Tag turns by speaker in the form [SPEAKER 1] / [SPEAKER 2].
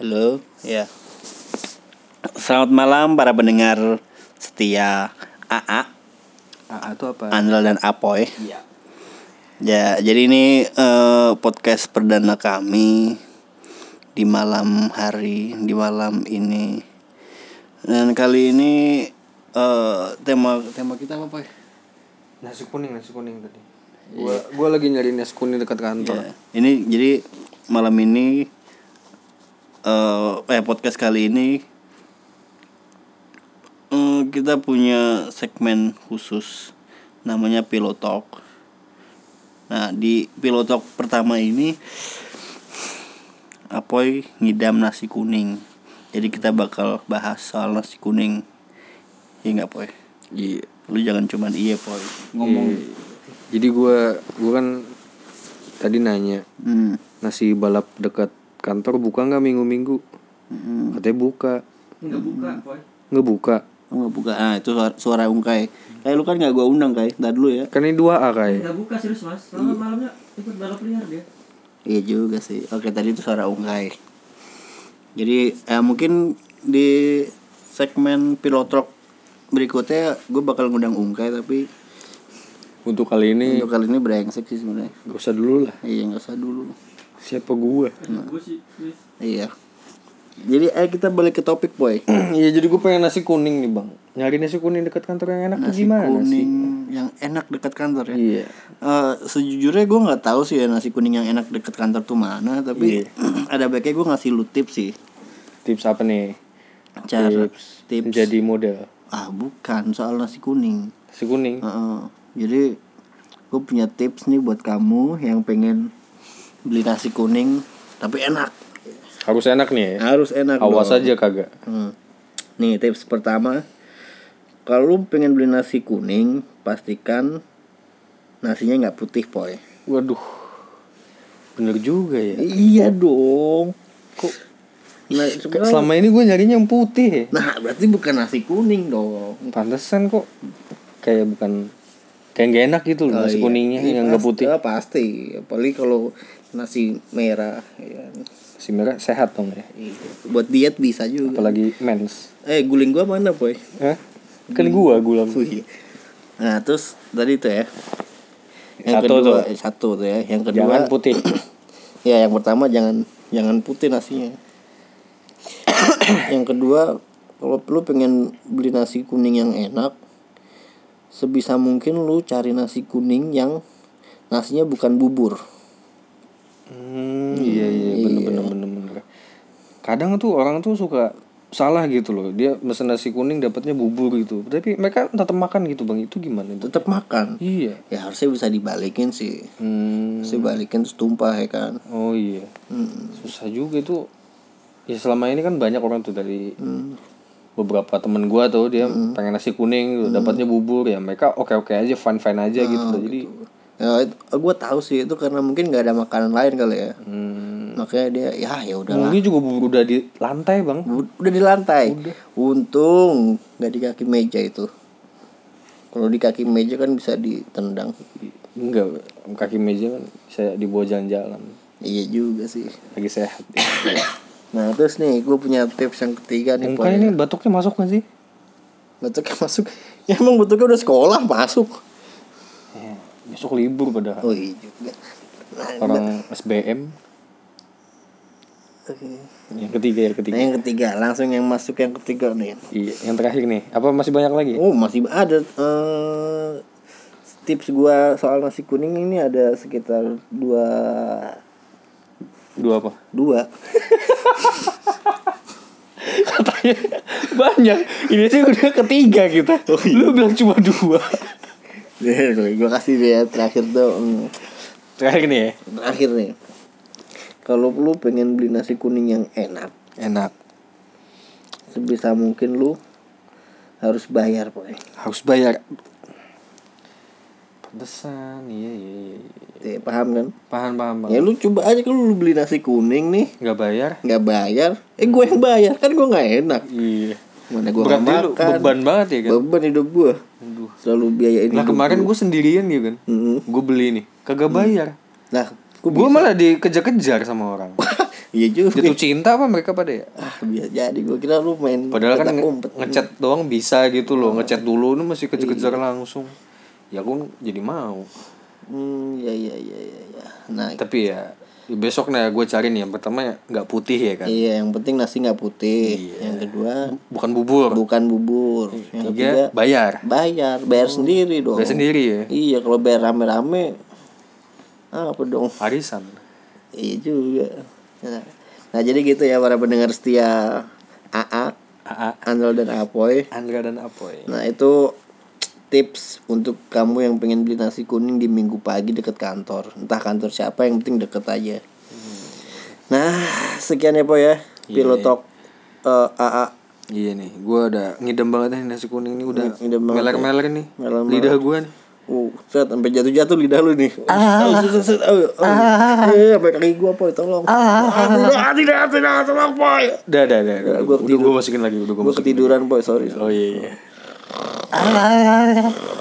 [SPEAKER 1] Halo, ya. Selamat malam para pendengar setia AA,
[SPEAKER 2] AA itu apa?
[SPEAKER 1] Andal dan Apoy.
[SPEAKER 2] Iya.
[SPEAKER 1] Ya, jadi ini eh, podcast perdana kami di malam hari, di malam ini. Dan kali ini eh, tema tema kita apa, Iya. Poy?
[SPEAKER 2] Nasi kuning, nasi kuning tadi. Gua gua lagi nyari nasi kuning dekat kantor.
[SPEAKER 1] Ya, ini jadi malam ini eh eh podcast kali ini eh, kita punya segmen khusus namanya Pillow Talk. Nah, di Pillow Talk pertama ini Apoy ngidam nasi kuning. Jadi kita bakal bahas soal nasi kuning. Iya nggak Poy?
[SPEAKER 2] Iya.
[SPEAKER 1] Lu jangan cuman iya, Poy. Ngomong.
[SPEAKER 2] Iya. Jadi gua gua kan tadi nanya
[SPEAKER 1] Hmm.
[SPEAKER 2] nasi balap dekat kantor buka nggak minggu-minggu? Katanya buka.
[SPEAKER 3] Enggak buka, Boy.
[SPEAKER 2] Nggak buka.
[SPEAKER 1] Oh, nggak buka. Ah, itu suara, suara Ungkai. Kayak lu kan nggak gua undang, Kai. Ntar dulu ya.
[SPEAKER 2] Kan ini dua A kayak.
[SPEAKER 3] Enggak buka serius, Mas. Selamat malamnya ikut balap liar dia.
[SPEAKER 1] Iya juga sih. Oke, tadi itu suara Ungkai. Jadi, eh, mungkin di segmen pilotrok berikutnya gue bakal ngundang Ungkai tapi
[SPEAKER 2] Untuk kali ini
[SPEAKER 1] untuk kali ini brengsek sih sebenarnya.
[SPEAKER 2] gak usah dulu lah.
[SPEAKER 1] Iya, nggak usah dulu.
[SPEAKER 2] Siapa gua?
[SPEAKER 3] Gue sih, serius.
[SPEAKER 1] Iya. Jadi, eh kita balik ke topik, Boy.
[SPEAKER 2] Iya jadi gua pengen nasi kuning nih bang. Nyari nasi kuning dekat kantor yang enak tuh
[SPEAKER 1] Nasi
[SPEAKER 2] gimana sih?
[SPEAKER 1] kuning yang enak dekat kantor ya.
[SPEAKER 2] Iya.
[SPEAKER 1] Eh, sejujurnya gue nggak tahu sih ya nasi kuning yang enak dekat kantor tuh mana tapi
[SPEAKER 2] Iya.
[SPEAKER 1] ada baiknya gue ngasih lu tips sih
[SPEAKER 2] Tips apa nih?
[SPEAKER 1] cara tips,
[SPEAKER 2] Jadi model
[SPEAKER 1] ah bukan soal nasi kuning
[SPEAKER 2] nasi kuning.
[SPEAKER 1] Heeh. jadi gue punya tips nih buat kamu yang pengen beli nasi kuning tapi enak
[SPEAKER 2] Harus enak nih ya.
[SPEAKER 1] harus enak
[SPEAKER 2] Awas
[SPEAKER 1] dong.
[SPEAKER 2] aja kagak.
[SPEAKER 1] Hmm. nih tips pertama kalau lu pengen beli nasi kuning pastikan nasinya nggak putih poy
[SPEAKER 2] Waduh. Bener juga ya.
[SPEAKER 1] iya dong
[SPEAKER 2] Kok
[SPEAKER 1] nah,
[SPEAKER 2] kayak selama ini gue nyarinya yang putih ya.
[SPEAKER 1] nah berarti bukan nasi kuning dong
[SPEAKER 2] Pantesan kok kayak bukan kayak gak enak gitu loh
[SPEAKER 1] Oh,
[SPEAKER 2] nasi
[SPEAKER 1] iya.
[SPEAKER 2] kuningnya
[SPEAKER 1] Iya,
[SPEAKER 2] yang gak
[SPEAKER 1] pasti-
[SPEAKER 2] putih.
[SPEAKER 1] ah, pasti apalagi kalau nasi merah ya.
[SPEAKER 2] Si merah sehat dong ya.
[SPEAKER 1] Iya. buat diet bisa juga
[SPEAKER 2] Apalagi mens.
[SPEAKER 1] eh guling gua mana boy
[SPEAKER 2] Hah? Kan gua gula.
[SPEAKER 1] Wih. nah terus tadi itu ya yang
[SPEAKER 2] Satu
[SPEAKER 1] kedua
[SPEAKER 2] tuh.
[SPEAKER 1] eh, satu tuh ya yang kedua
[SPEAKER 2] Jangan putih.
[SPEAKER 1] ya yang pertama jangan jangan putih nasinya yang kedua kalau lu pengen beli nasi kuning yang enak sebisa mungkin lu cari nasi kuning yang nasinya bukan bubur
[SPEAKER 2] Hmm, iya iya bener bener bener bener. Kadang tuh orang tuh suka salah gitu loh. Dia mesen nasi kuning dapatnya bubur gitu. Tapi mereka tetap makan gitu bang. Itu gimana itu?
[SPEAKER 1] tetap makan
[SPEAKER 2] Iya.
[SPEAKER 1] ya harusnya bisa dibalikin sih
[SPEAKER 2] Hmm.
[SPEAKER 1] harusnya balikin terus tumpah ya kan Hmm.
[SPEAKER 2] Oh iya. Susah juga itu. Ya selama ini kan banyak orang tuh dari beberapa temen gua tuh dia pengen nasi kuning gitu, dapatnya bubur ya. Mereka oke-oke aja, fine-fine aja gitu loh. Jadi
[SPEAKER 1] ya gue tahu sih itu karena mungkin nggak ada makanan lain kali ya
[SPEAKER 2] hmm,
[SPEAKER 1] makanya dia ya ya udahlah
[SPEAKER 2] ini juga bubur udah di lantai, Bang.
[SPEAKER 1] U- udah di lantai untung nggak di kaki meja itu kalau di kaki meja kan bisa ditendang
[SPEAKER 2] Enggak, kaki meja kan saya dibawa jalan-jalan.
[SPEAKER 1] iya juga sih
[SPEAKER 2] Lagi sehat.
[SPEAKER 1] nah terus nih gue punya tips yang ketiga nih
[SPEAKER 2] Mungkin ini batuknya masuk gak sih?
[SPEAKER 1] bentuknya masuk ya emang bentuknya udah sekolah masuk
[SPEAKER 2] Ya, besok libur padahal.
[SPEAKER 1] oh iya juga nah,
[SPEAKER 2] Orang SBM.
[SPEAKER 1] oke.
[SPEAKER 2] Yang ketiga, yang ketiga.
[SPEAKER 1] Nah, yang ketiga langsung yang masuk yang ketiga nih
[SPEAKER 2] Iya, yang terakhir nih. Apa masih banyak lagi?
[SPEAKER 1] Oh masih ada eh, tips gua soal nasi kuning ini ada sekitar dua
[SPEAKER 2] Dua apa?
[SPEAKER 1] dua.
[SPEAKER 2] Katanya banyak. Ini sih udah ketiga kita. Lu bilang cuma dua.
[SPEAKER 1] gua kasih dia terakhir tuh hmm,
[SPEAKER 2] Terakhir nih ya.
[SPEAKER 1] terakhir nih. Kalau lu pengen beli nasi kuning yang enak,
[SPEAKER 2] Enak.
[SPEAKER 1] sebisa mungkin lu harus bayar pokoknya.
[SPEAKER 2] Harus bayar. Pedesan, iya iya iya.
[SPEAKER 1] Ya, paham kan?
[SPEAKER 2] Paham paham
[SPEAKER 1] Ya
[SPEAKER 2] paham.
[SPEAKER 1] lu coba aja kalau lu beli nasi kuning nih
[SPEAKER 2] Nggak bayar?
[SPEAKER 1] nggak bayar, eh gue yang bayar kan gue nggak enak.
[SPEAKER 2] Iya.
[SPEAKER 1] Mana gue
[SPEAKER 2] Berarti lu
[SPEAKER 1] makan?
[SPEAKER 2] beban banget ya kan?
[SPEAKER 1] Beban hidup gue.
[SPEAKER 2] Aduh.
[SPEAKER 1] Selalu biayain.
[SPEAKER 2] Nah
[SPEAKER 1] hidup
[SPEAKER 2] kemarin gue sendirian gitu kan.
[SPEAKER 1] Mm.
[SPEAKER 2] Hmm. Gue beli nih. Kagak bayar.
[SPEAKER 1] Nah,
[SPEAKER 2] Gue malah dikejar-kejar sama orang.
[SPEAKER 1] Iya juga.
[SPEAKER 2] Jatuh cinta apa mereka pada ya?
[SPEAKER 1] Ah, biasa jadi gue kira lu main
[SPEAKER 2] Padahal kan
[SPEAKER 1] petak
[SPEAKER 2] nge-
[SPEAKER 1] umpet.
[SPEAKER 2] ngechat doang bisa gitu loh, ngechat dulu ini masih kejar-kejaran langsung. Ya gue jadi mau.
[SPEAKER 1] Hmm, ya ya ya ya. ya. Nah,
[SPEAKER 2] Tapi ya besok nih gue cari nih yang pertama ya, nggak putih ya kan.
[SPEAKER 1] iya yang penting nasi nggak putih. Yang kedua
[SPEAKER 2] Bukan bubur.
[SPEAKER 1] bukan bubur. Yang
[SPEAKER 2] Iya, Tiga,
[SPEAKER 1] ketiga
[SPEAKER 2] bayar.
[SPEAKER 1] bayar, bayar sendiri dong.
[SPEAKER 2] Bayar sendiri ya.
[SPEAKER 1] Iya, kalau bayar rame-rame apa dong?
[SPEAKER 2] Arisan.
[SPEAKER 1] Iya juga. Nah, nah, jadi gitu ya para pendengar setia AA,
[SPEAKER 2] AA,
[SPEAKER 1] Andol dan Apoy.
[SPEAKER 2] Andra dan Apoy.
[SPEAKER 1] Nah, itu tips untuk kamu yang pengen beli nasi kuning di minggu pagi deket kantor. Entah kantor siapa yang penting deket aja. Nah, sekian ya, Po ya. Pilotok eh, AA
[SPEAKER 2] Iya nih, gue udah ngidam banget nih nasi kuning ini udah
[SPEAKER 1] Ngidam banget ya.
[SPEAKER 2] meler-meler nih.
[SPEAKER 1] Meler-meler.
[SPEAKER 2] Lidah gue nih.
[SPEAKER 1] Uh, set sampai jatuh-jatuh lidah lu nih. Ah, set, set, set, oh, oh. Eh, sampai kaki gua, Poy, tolong. Ah, tidak, tidak, tidak, tolong, Poy.
[SPEAKER 2] Dah, dah, dah. dah.
[SPEAKER 1] gua Oh, iya,
[SPEAKER 2] Udah gue masukin lagi, udah gue
[SPEAKER 1] Gua
[SPEAKER 2] masukin.
[SPEAKER 1] ketiduran, Poy, sorry.
[SPEAKER 2] Oh iya, iya.